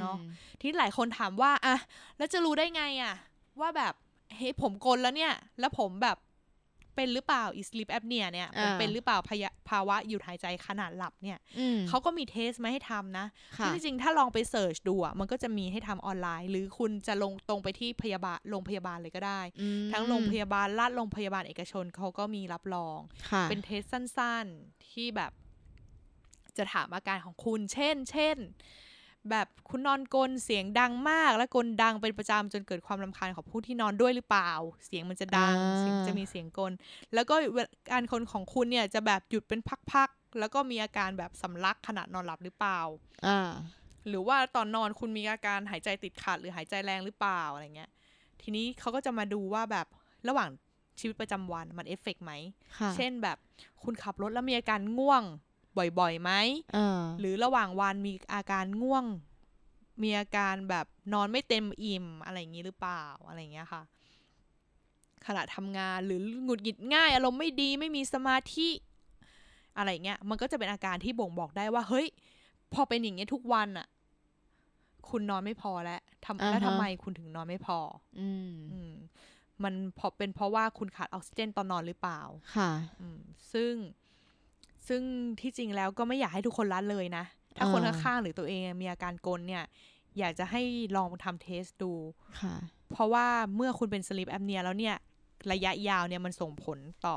S3: เนาะ
S2: อืม
S3: ที่หลายคนถามว่าอะแล้วจะรู้ได้ไงอะว่าแบบเฮ้ยผมกลนแล้วเนี่ย แล้วผมแบบเป็นหรือเปล่า is sleep apnea เนี่ยผมเป็นหรือเปล่าพยะภาวะหยุดหายใจขนาดหลับเนี่ย
S2: อืม
S3: เขาก็มีเทสมาให้ทำนะ
S2: ค่ะ
S3: ซึ่งจริงๆ ถ้าลองไปเสิร์ชดูอ่ะ มันก็จะมีให้ทำออนไลน์ หรือคุณจะลงตรงไปที่พยาบาล โรงพยาบาลเลยก็ได้
S2: อืม
S3: ทั้งโรงพยาบาลรัฐโรงพยาบาลเอกชนเขาก็มีรับรอง
S2: ค่ะ
S3: เป็นเทสสั้นๆ ที่แบบ จะถามอาการของคุณ เช่น เช่น แบบคุณนอนกลนเสียงดังมาก และกลนดังเป็นประจำจนเกิดความรำคาญของผู้ที่นอนด้วยหรือเปล่า เสียงมันจะดัง
S2: อ่า
S3: เสียงจะมีเสียงกลน แล้วก็เวลาการคนของคุณเนี่ยจะแบบหยุดเป็นพักๆแล้วก็มีอาการแบบสำลักขณะนอนหลับหรือเปล่า
S2: อ่า
S3: หรือว่าตอนนอนคุณมีอาการหายใจติดขัด หรือหายใจแรงหรือเปล่าอะไรเงี้ย ทีนี้เขาก็จะมาดูว่าแบบระหว่างชีวิตประจำวันมันเอฟเฟกต์ไหม
S2: ค่ะ
S3: เช่นแบบคุณขับรถแล้วมีอาการง่วงบ่อยๆไหม
S2: อ่า
S3: หรือระหว่างวันมีอาการง่วง มีอาการแบบนอนไม่เต็มอิ่มอะไรอย่างนี้หรือเปล่าอะไรอย่างเงี้ยค่ะ ขณะทำงานหรือหงุดหงิดง่าย อารมณ์ไม่ดีไม่มีสมาธิอะไรอย่างเงี้ย มันก็จะเป็นอาการที่บ่งบอกได้ว่า เฮ้ย พอเป็นอย่างเงี้ยทุกวันอะคุณนอนไม่พอแล้วทำแล้วทำไมคุณถึงนอนไม่พอ
S2: อืม
S3: อืม มันเพอเป็นเพราะว่าคุณขาดออกซิเจนตอนนอนหรือเปล่า
S2: ค่ะ
S3: อืมซึ่งซึ่งที่จริงแล้วก็ไม่อยากให้ทุกคนละเลยนะ ถ้าคน
S2: อ่า
S3: ข้างๆหรือตัวเองมีอาการกลนเนี่ย อยากจะให้ลองทำเทสดู
S2: ค่ะ
S3: เพราะว่าเมื่อคุณเป็นสลิปแอปเนียแล้วเนี่ย ระยะยาวเนี่ยมันส่งผลต่อ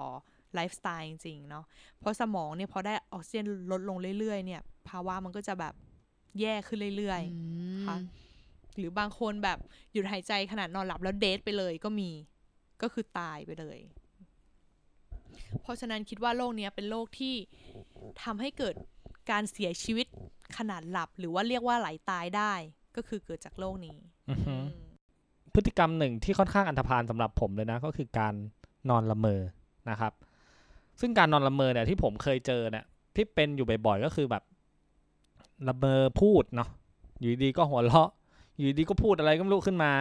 S3: ไลฟ์สไตล์จริงๆเนาะเพราะสมองเนี่ยพอได้ออกซิเจนลดลงเรื่อยๆเนี่ย ภาวะมันก็จะแบบแย่ขึ้นเรื่อย
S2: อืม
S3: ค่ะ ๆ หรือบางคนแบบหยุดหายใจขนาดนอนหลับแล้วเดทไปเลยก็มีก็คือตายไปเลย เพราะฉะนั้นคิดว่าโรคเนี้ยเป็นโรคที่ทำให้เกิดการเสียชีวิตขนาดหลับ หรือว่าเรียกว่าไหลตายได้ ก็คือเกิดจากโรคนี้
S1: อือฮึ
S3: อืม
S1: พฤติกรรมหนึ่งที่ค่อนข้างอันธพาลสำหรับผมเลยนะ ก็คือการนอนละเมอนะครับ ซึ่งการนอนละเมอเนี่ยที่ผมเคยเจอเนี่ยที่เป็นอยู่บ่อยๆก็คือแบบละเมอพูดเนาะอยู่ดีๆก็หัวเราะ อยู่ดีๆก็พูดอะไรก็ไม่รู้ขึ้นมา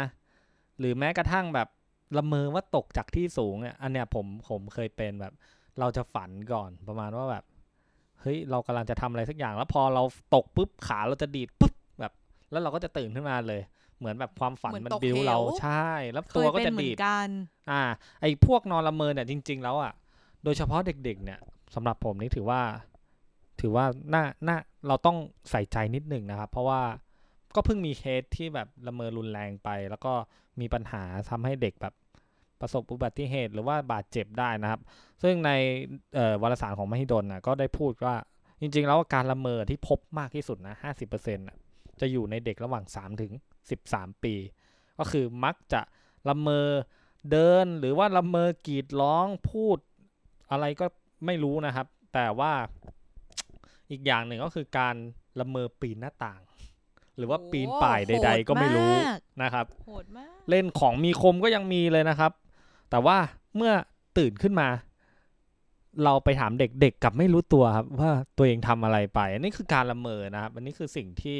S1: หรือแม้กระทั่งแบบละเมอว่าตกจากที่สูงเนี่ยอันเนี้ยผมผมเคยเป็นแบบ เราจะฝันก่อนประมาณว่าแบบเฮ้ยเรากำลังจะทำอะไรสักอย่าง แล้วพอเราตกปุ๊บขาเราจะดีดปุ๊บแบบ แล้วเราก็จะตื่นขึ้นมาเลย เหมือนแบบความฝัน
S3: เหมือน
S1: มัน
S3: ตก
S1: บิ้วเรา
S3: เหว
S1: ใช่แล้ว
S3: เค
S1: ตัวย ก็
S3: เป็น
S1: จะ
S3: เหมื
S1: ดี
S3: อ
S1: ด
S3: นกัน
S1: อ่าไอ้พวกนอนละเมอเนี่ยจริง ๆ แล้วอ่ะโดยเฉพาะเด็ก ๆ เนี่ยสำหรับผมนี่ถือว่า ถือว่าน่าน่าเราต้องใส่ใจนิดหนึ่งนะครับ เพราะว่าก็เพิ่งมีเคสที่แบบละเมอรุนแรงไป แล้วก็มีปัญหาทำให้เด็กแบบประสบอุบัติเหตุ หรือว่าบาดเจ็บได้นะครับ ซึ่งในเอ่อวารสารของมหิดลนะก็ได้พูดว่าจริง ๆ แล้วการละเมอที่พบมากที่สุดนะห้าสิบเปอร์เซ็นต์จะอยู่ในเด็กระหว่างสามถึงสิบสามปี ก็คือมักจะละเมอ เดินหรือว่าละเมอกรีดร้องพูดอะไรก็ไม่รู้นะครับ แต่ว่า อีกอย่างหนึ่งก็คือการละเมอปีนหน้าต่าง หรือว่าปีนป่าย
S3: โอ้โห
S1: ใด ๆ ก็ไม่รู้
S3: โหดมาก
S1: นะครับ
S3: โหดมาก
S1: เล่นของมีคมก็ยังมีเลยนะครับ แต่ว่าเมื่อตื่นขึ้นมา เราไปถามเด็กเด็กกลับไม่รู้ตัวครับ ว่าตัวเองทำอะไรไป อันนี้คือการละเมอนะครับ อันนี้คือสิ่งที่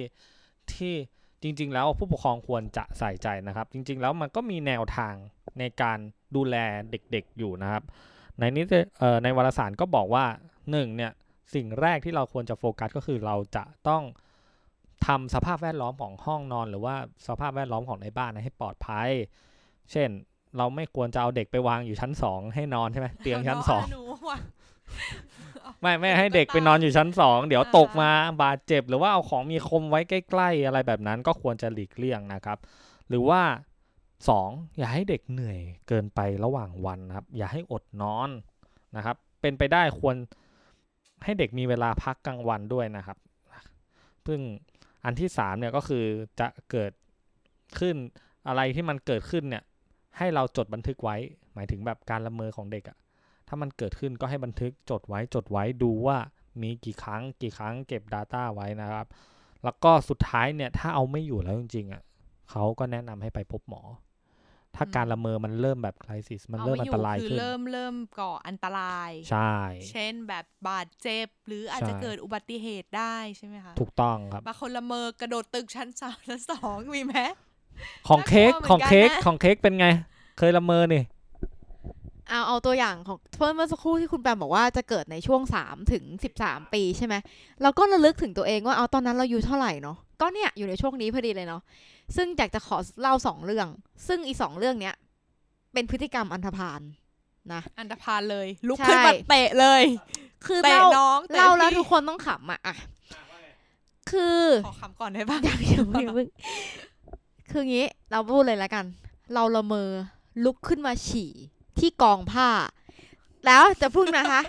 S1: ที่จริง ๆ แล้วผู้ปกครองควรจะใส่ใจนะครับ จริง ๆ แล้วมันก็มีแนวทางในการดูแลเด็ก ๆ อยู่นะครับ ในนี้จะเอ่อในวารสารก็บอกว่าหนึ่งเนี่ยสิ่งแรกที่เราควรจะโฟกัสก็คือเราจะต้องทำสภาพแวดล้อมของห้องนอน หรือว่าสภาพแวดล้อมของในบ้านนะให้ปลอดภัย เช่น เราไม่ควรจะเอาเด็กไปวางอยู่ชั้นสองให้นอนใช่ไหมเตียงชั้นสอง
S3: เาหนูว่ะ
S1: ไม่ไม่ให้
S3: ก็
S1: เด็กไป
S3: ตาม
S1: นอนอยู่ชั้นสองเดี๋ยว
S3: อ่า
S1: ตกมาบาดเจ็บ หรือว่าเอาของมีคมไว้ใกล้ๆอะไรแบบนั้นก็ควรจะหลีกเลี่ยงนะครับ หรือว่าสองอย่าให้เด็กเหนื่อยเกินไประหว่างวันนะครับ อย่าให้อดนอนนะครับ เป็นไปได้ควรให้เด็กมีเวลาพักกลางวันด้วยนะครับ ซึ่งอันที่สามเนี่ยก็คือจะเกิดขึ้นอะไรที่มันเกิดขึ้นเนี่ย ให้เราจดบันทึกไว้ หมายถึงแบบการละเมอของเด็กอะ ถ้ามันเกิดขึ้นก็ให้บันทึกจดไว้จดไว้ดูว่ามีกี่ครั้ง กี่ครั้งเก็บ Data ไว้นะครับ แล้วก็สุดท้ายเนี่ยถ้าเอาไม่อยู่แล้วจริงๆอ่ะเขาก็แนะนำให้ไปพบหมอ ถ้า
S3: อืม
S1: การละเมอมันเริ่มแบบไครซิสมันเริ่มอันตราย
S3: เไอยู่คื
S1: ขึ้น
S3: เริ่มเริ่มก่ออันตราย
S1: ใช่
S3: เช่นแบบบาดเจ็บ หรืออาจจะ
S1: ใช่
S3: เกิดอุบัติเหตุได้ใช่ไหมคะ
S1: ถูกต้องครับ
S3: บางคนละเมอกระโดดตึกชั้นสามชั้นสองมีไหม
S1: ของเค้ก
S3: น่า
S1: ข
S3: กลัวเหมือน
S1: องเค้ก
S3: กันนะ
S1: ของเค้กเป็นไง เคยละเมอนี่
S2: เอาเอาตัวอย่างของเพิ่มเมื่อสักครู่ที่คุณแปมบอกว่าจะเกิดในช่วง 3 ถึง 13 ปีใช่ไหมเราก็ระลึกถึงตัวเองว่าเอาตอนนั้นเราอายู่เท่าไหร่เนาะก็เนี่ยอยู่ในช่วงนี้พอดีเลยเนาะซึ่งอยากจะขอเล่า 2 เรื่อง ซึ่งอี 2 เรื่องเนี้ยเป็นพฤติกรรมอันธพาลนะ
S3: อันตรพานเลย ลุก
S2: ใช่
S3: ขึ้นมาเตะเลย
S2: คือ
S3: เตะ
S2: เล่า
S3: น้องตะ
S2: เล่าแล้ว
S3: พี่
S2: ทุกคนต้องขำอะอะคือ
S3: ขอคำก่อนได้ป่ะ
S2: ยังยังไม่เพิ่งคืองี้เราพูดเลยแล้วกัน เราละเมอลุกขึ้นมาฉี่ที่กองผ้า แล้วจะพึ่งนะคะ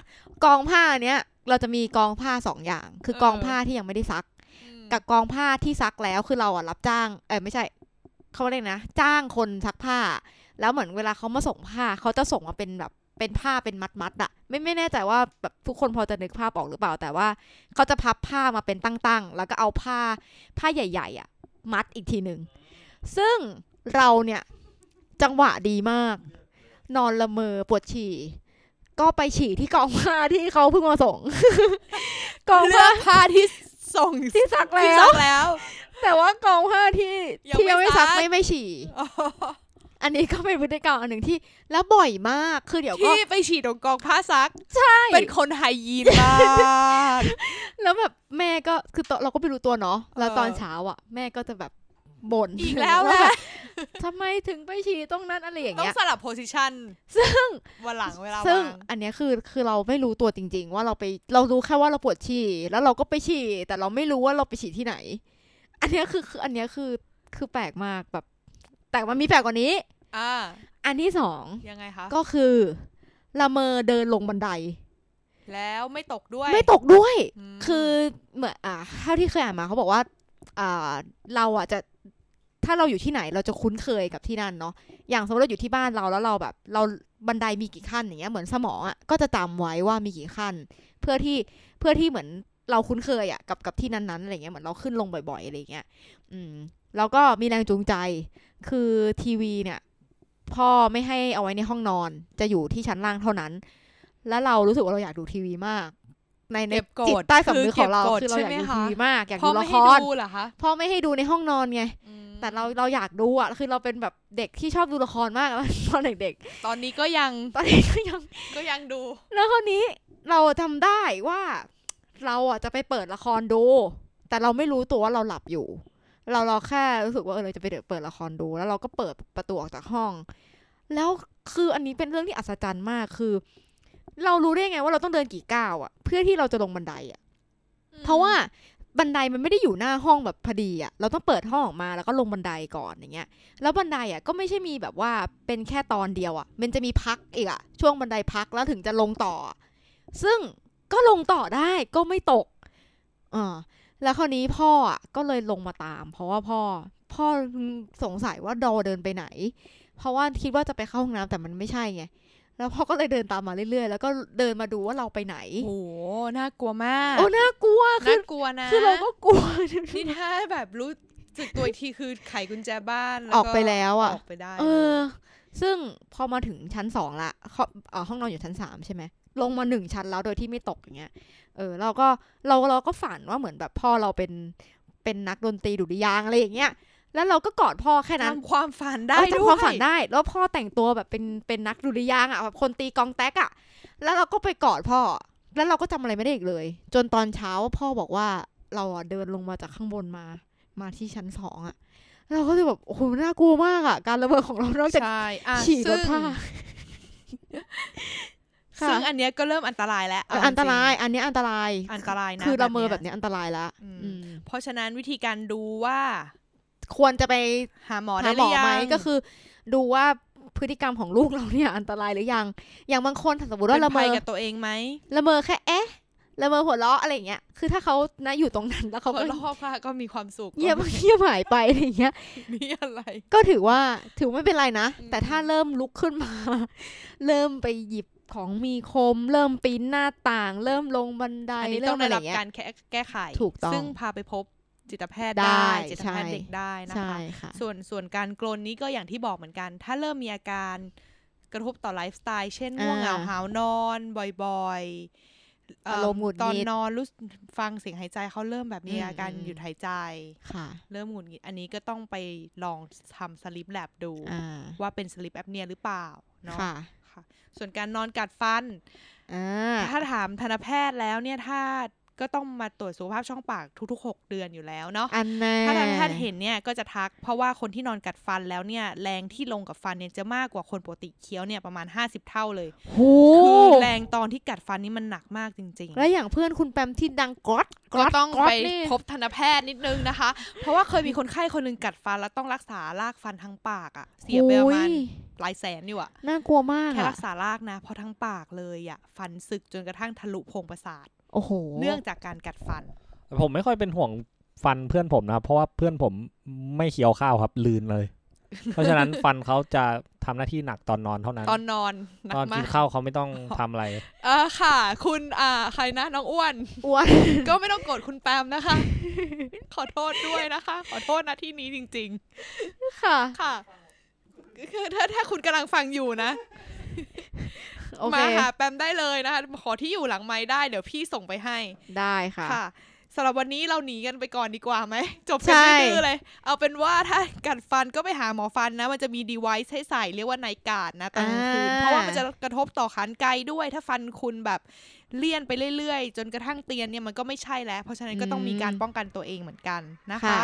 S2: กองผ้าเนี้ยเราจะมีกองผ้าสองอย่าง คือกอง
S3: เออ
S2: ผ้าที่ยังไม่ได้ซัก กับกองผ้าที่ซักแล้วคือเราอ่ะรับจ้าง เออไม่ใช่เขาเรียกนะ จ้างคนซักผ้า แล้วเหมือนเวลาเขามาส่งผ้าเขาจะส่งมาเป็นแบบเป็นผ้าเป็นมัดมัดๆอะไม่ไม่แน่ใจว่าแบบทุกคนพอจะนึกภาพออกหรือเปล่า แต่ว่าเขาจะพับผ้ามาเป็นตั้งๆ แล้วก็เอาผ้าผ้าใหญ่ ๆอะมัดอีกทีหนึ่งซึ่งเราเนี่ยจังหวะดีมาก นอนละเมอปวดฉี่ ก็ไปฉี่ที่กองผ้าที่เขาเพิ่งมาส่ง กอง
S3: เลื
S2: ผ้า
S3: อกผ้าที่ส่ง
S2: ที่ซัก
S3: ที่
S2: แล้
S3: ซั
S2: ว
S3: กแล้ว
S2: แต่ว่ากองผ้าที่
S3: ยัง
S2: ที่ยัง
S3: ไม่
S2: ไม่ซัก
S3: ซัก
S2: ไม่ไม่ฉี่ อันนี้ก็เป็นพฤติกรรมอันหนึ่งที่แล้วบ่อยมากคือเดี๋ยวก็
S3: ที่ไปฉีดตรงกองผ้าซัก
S2: ใช่
S3: เป็นคนไฮยีนมาก
S2: แล้วแบบแม่ก็คือตอนเราก็ไม่รู้ตัวเนาะแล้ว
S3: เออ
S2: ตอนเช้าอ่ะ แม่ก็จะแบบบ่น
S3: อีกแล้ว
S2: ว่า
S3: แห
S2: แบ
S3: ละ
S2: บทำไมถึงไปฉี่ตรงนั้นอะไรอย่าง
S3: ต้อง
S2: เงี้ย
S3: สลับโพสิชัน
S2: ซึ่ง
S3: วันหลังเวลา
S2: ซึ่ง
S3: วาง
S2: อันเนี้ยคือคือเราไม่รู้ตัวจริง ๆ ว่าเราไปเรารู้แค่ว่าเราปวดฉี่แล้วเราก็ไปฉี่แต่เราไม่รู้ว่าเราไปฉี่ที่ไหน อันเนี้ยคือคืออันเนี้ยคือคือแปลกมากแบบ แต่มันมีแปลกกว่านี้
S3: อ่า
S2: อันที่สอง
S3: ยังไงคะ
S2: ก็คือละเมอเดินลงบันได
S3: แล้วไม่ตกด้วย
S2: ไม่ตกด้วย
S3: ม
S2: คือเหมือนอ่าเท่าที่เคยอ่านมาเขาบอกว่าอ่าเราอ่ะจะถ้าเราอยู่ที่ไหนเราจะคุ้นเคยกับที่นั่นเนาะอย่างสมมติเราอยู่ที่บ้านเราแล้วเราแบบ เราบันไดมีกี่ขั้นอย่างเงี้ยเหมือนสมองอ่ะก็จะจำไว้ว่ามีกี่ขั้น เพื่อที่เพื่อที่เหมือนเราคุ้นเคยอ่ะกับกับที่นั้นๆอะไรเงี้ยเหมือนเราขึ้นลงบ่อยๆอะไรเงี้ยอืมแล้วก็มีแรงจูงใจคือทีวีเนี่ย พ่อไม่ให้เอาไว้ในห้องนอน จะอยู่ที่ชั้นล่างเท่านั้น แล้วเรารู้สึกว่าเราอยากดูทีวีมาก ในใน
S3: เก็บก
S2: จิต
S3: ด
S2: ใต้สำนึกของเรา
S3: เก็บ
S2: คือ
S3: กด
S2: เราอยากดู
S3: ใช่ไหมคะ
S2: ทีวีมาก อยาก
S3: พ่อ
S2: ดูละค
S3: ไม่ให้
S2: ร
S3: ดูเหรอคะ
S2: พ่อไม่ให้ดูในห้องนอนไง
S3: อืม
S2: แต่เราเราอยากดูอ่ะคือเราเป็นแบบเด็กที่ชอบดูละครมาก ตอนเด็ก
S3: ตอนนี้ก็ยัง
S2: ๆตอนนี้ก็ยัง
S3: ก็ยังดู
S2: แล้วคราวนี้เราทำได้ว่าเราอ่ะจะไปเปิดละครดู แต่เราไม่รู้ตัวว่าเราหลับอยู่ เราเราแค่รู้สึกว่าเออเราจะไปเปิดละครดู แล้วเราก็เปิดประตูออกจากห้อง แล้วคืออันนี้เป็นเรื่องที่อัศจรรย์มากคือ เรารู้ได้ไงว่าเราต้องเดินกี่ก้าวอ่ะ เพื่อที่เราจะลงบันไดอ่ะ เพราะว่าบันไดมันไม่ได้อยู่หน้าห้องแบบพอดีอ่ะ เราต้องเปิดห้องออกมาแล้วก็ลงบันไดก่อนอย่างเงี้ย แล้วบันไดอ่ะก็ไม่ใช่มีแบบว่าเป็นแค่ตอนเดียวอ่ะ มันจะมีพักอีกอ่ะ ช่วงบันไดพักแล้วถึงจะลงต่อ ซึ่งก็ลงต่อได้ก็ไม่ตกอ่าแล้วคราวนี้พ่ออ่ะก็เลยลงมาตาม เพราะว่าพ่อ พ่อสงสัยว่าดอเดินไปไหน เพราะว่าคิดว่าจะไปเข้าห้องน้ำแต่มันไม่ใช่ไง แล้วพ่อก็เลยเดินตามมาเรื่อยๆ แล้วก็เดินมาดูว่าเราไปไหน
S3: โอ้โห น่ากลัวมาก
S2: โอ้น่ากลัวคื
S3: น่า
S2: อ
S3: กลัวนะ
S2: คือเราก็กลัว
S3: นี่ถ้าแบบรู้สึกตัวอีกทีคือไขกุญแจบ้าน
S2: ออกไปแล้วอ่ะ
S3: ออกไปได้
S2: เออ ซึ่งพอมาถึงชั้นสองละเขาเอ่อห้องนอนอยู่ชั้นสามใช่ไหม ลงมาหนึ่งชั้นแล้วโดยที่ไม่ตกอย่างเงี้ย เออ เราก็เราเราก็ฝันว่าเหมือนแบบพ่อเราเป็นเป็นนักดนตรีดุริยางค์อะไรอย่างเงี้ย แล้วเราก็กอดพ่อแค่นั้น
S3: จำความฝันได้
S2: เออ
S3: ด้ว
S2: จำ
S3: ย
S2: ความฝันได้ แล้วพ่อแต่งตัวแบบเป็นเป็นนักดุริยางค์อ่ะแบบคนตีกองแต๊กอ่ะ แล้วเราก็ไปกอดพ่อ แล้วเราก็จำอะไรไม่ได้อีกเลย จนตอนเช้าพ่อบอกว่าเราอ่ะเดินลงมาจากข้างบนมา มาที่ชั้นสองอ่ะเราก็จะแบบโอ้โหน่ากลัวมากอ่ะ การระเบิดของเรานอกจาก
S3: ใช่อ่ะ
S2: ฉี่ร
S3: ซึ่
S2: ถ
S3: ง
S2: ผ้า ค่ะ
S3: ซึ่งอันเนี้ยก็เริ่มอันตรายแล้วเ
S2: อันตราย
S3: จ
S2: อันเนี้ยอันตราย
S3: งๆอันตรายนะ
S2: คือละเมอแบบ
S3: นี้ย
S2: เนี้ยอันตรายละ
S3: อืม
S2: อืม
S3: เพราะฉะนั้นวิธีการดูว่า
S2: ควรจะไป
S3: หาหมอ
S2: หา
S3: ได้
S2: ห
S3: ห
S2: ม
S3: รือ อยั
S2: ไหม
S3: ง
S2: ก็คือ ดูว่าพฤติกรรมของลูกเราเนี่ยอันตรายหรือยัง อย่างบางคนถ้าสมมติว่า
S3: เป็น
S2: ละเม
S3: ภัย
S2: อ
S3: กับตัวเองไหม
S2: ละเมอแค่เอ๊ะละเมอหัวเราะอะไรอย่างเงี้ย คือถ้าเขานะอยู่ตรงนั้นแล้ว
S3: ค
S2: เขา
S3: น
S2: ก็
S3: รอบข้างก็มีความสุข
S2: เงียบ เงียบหายไปอะไรอย่างเงี้ย
S3: นี่อะไร
S2: ก็ถือว่าถือไม่เป็นไรนะ
S3: อืม
S2: แต่ถ้าเริ่มลุกขึ้นมา เริ่มไปหยิบของมีคม เริ่มปีนหน้าต่าง เริ่มลงบันได
S3: อันนี้ต้
S2: เริ่
S3: อ
S2: ม
S3: ง
S2: อะไรอ
S3: ได้รั
S2: ย่า
S3: บ
S2: งเงี้ย
S3: การแก้แก้ไข
S2: ถูกต้อง
S3: ซึ่งพาไปพบจิตแพทย์
S2: ได้
S3: ได้ จิตแพทย์
S2: ใช่
S3: เด็กได้นะ
S2: ใช่
S3: คะ
S2: ค่ะ
S3: ส่วนส่วนการกลนนี้ก็อย่างที่บอกเหมือนกัน ถ้าเริ่มมีอาการกระทบต่อไลฟ์สไตล์ เช่นง่วงเหงา
S2: อ่า
S3: หาวนอนบ่อยๆเ
S2: อารมณ์หงุดหงิด
S3: ตอนนอนรู้สึกฟังเสียงหายใจเขาเริ่มแบบมี
S2: อืม
S3: อาการ
S2: อืม
S3: หยุดหายใจ
S2: ค่ะ
S3: เริ่มหงุดหงิดอันนี้ก็ต้องไปลองทำสลิปแลบดู
S2: อ่า
S3: ว่าเป็นสลิปแอปเนียหรือเปล่าเนาะ
S2: ค่ะ
S3: ค่ะ ส่วนการนอนกัดฟัน
S2: อ่า
S3: ถ้าถามทันตแพทย์แล้วเนี่ยถ้าก็ต้องมาตรวจสุขภาพช่องปากทุกๆ 6 เดือนอยู่แล้วเนาะ
S2: อันแน่
S3: ถ้าทันตแพทย์เห็นเนี่ยก็จะทัก เพราะว่าคนที่นอนกัดฟันแล้วเนี่ยแรงที่ลงกับฟันเนี่ยจะมากกว่าคนปกติเคี้ยวเนี่ยประมาณ 50 เท่าเลย
S2: โห
S3: คือแรงตอนที่กัดฟันนี่มันหนักมากจริงๆ
S2: แล้วอย่างเพื่อนคุณแปมที่ดังก๊อตก๊
S3: ก็
S2: อต
S3: ต้อง
S2: ก๊อต
S3: ไป
S2: นี่
S3: พบทันตแพทย์นิดนึงนะคะ เพราะว่าเคยมีคนไข้คนหนึงกัดฟันแล้วต้องรักษาลากฟันทั้งปากอะเสียไปประมา
S2: โอ้ย
S3: ณหลายแสนอยู่อะ
S2: น่ากลัวมาก
S3: แค่
S2: อะ
S3: รักษาลากนะเพราะทั้งปากเลยอะฟันสึกจนกระทั่งทะลุโพรงประสาท
S2: โอ้โห
S3: เนื่องจากการกัดฟัน
S1: ผมไม่ค่อยเป็นห่วง ฟันเพื่อนผมนะครับเพราะว่าเพื่อนผมไม่เคี้ยวข้าวครับ ลืนเลย เพราะฉะ นั้นฟันเขาจะทำหน้าที่หนักตอนนอนเท่านั้น
S3: ตอนนอนหนั
S1: ต
S3: ก
S1: อน
S3: มา
S1: กิน
S3: ก
S1: ข้าวเขาไม่ต้องทำอะไร
S3: เออค่ะ คุณอ่าใครนะน้องอ้วน
S2: อ้วน
S3: ก็ไม่ต้องโกรธคุณแปมนะคะ ขอโทษด้วยนะคะ ขอโทษนะที่นี้จริง
S2: ค่ะ
S3: ๆ ค่ะ คือถ้าถ้าคุณกำลังฟังอยู่นะ
S2: โอเค
S3: มาหาแปมได้เลยนะคะ ขอที่อยู่หลังไม้ได้ เดี๋ยวพี่ส่งไปให้
S2: ได้ค่ะ
S3: ค่ะสำหรับวันนี้เราหนีกันไปก่อนดีกว่าไหม จบ
S2: ใช่
S3: กันดื้อๆเลย เอาเป็นว่าถ้ากัดฟันก็ไปหาหมอฟันนะ มันจะมีดีไวซ์ให้ใส่เรียกว่าไนกาดนะตอนกลางคืนเพราะว่ามันจะกระทบต่อขานไกลด้วย ถ้าฟันคุณแบบเลี่ยนไปเรื่อยๆ จนกระทั่งเตียนเนี่ยมันก็ไม่ใช่แล้ว เพราะฉะนั้นก็ต้องมีการป้องกันตัวเองเหมือนกันนะคะ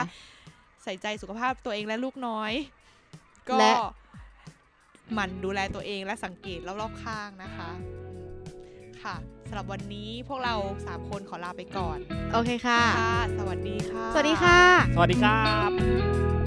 S3: ใส่ใจสุขภาพตัวเองและลูกน้อย ก็
S2: และ
S3: หมั่นดูแลตัวเองและสังเกตรอบๆข้างนะคะอืมค่ะสำหรับวันนี้พวกเราสามคนขอลาไปก่อน
S2: โอเคค่ะ
S3: ค่ะ สวัสดีค่ะ
S2: สวัสดีค่ะ
S1: สวัสดีครับ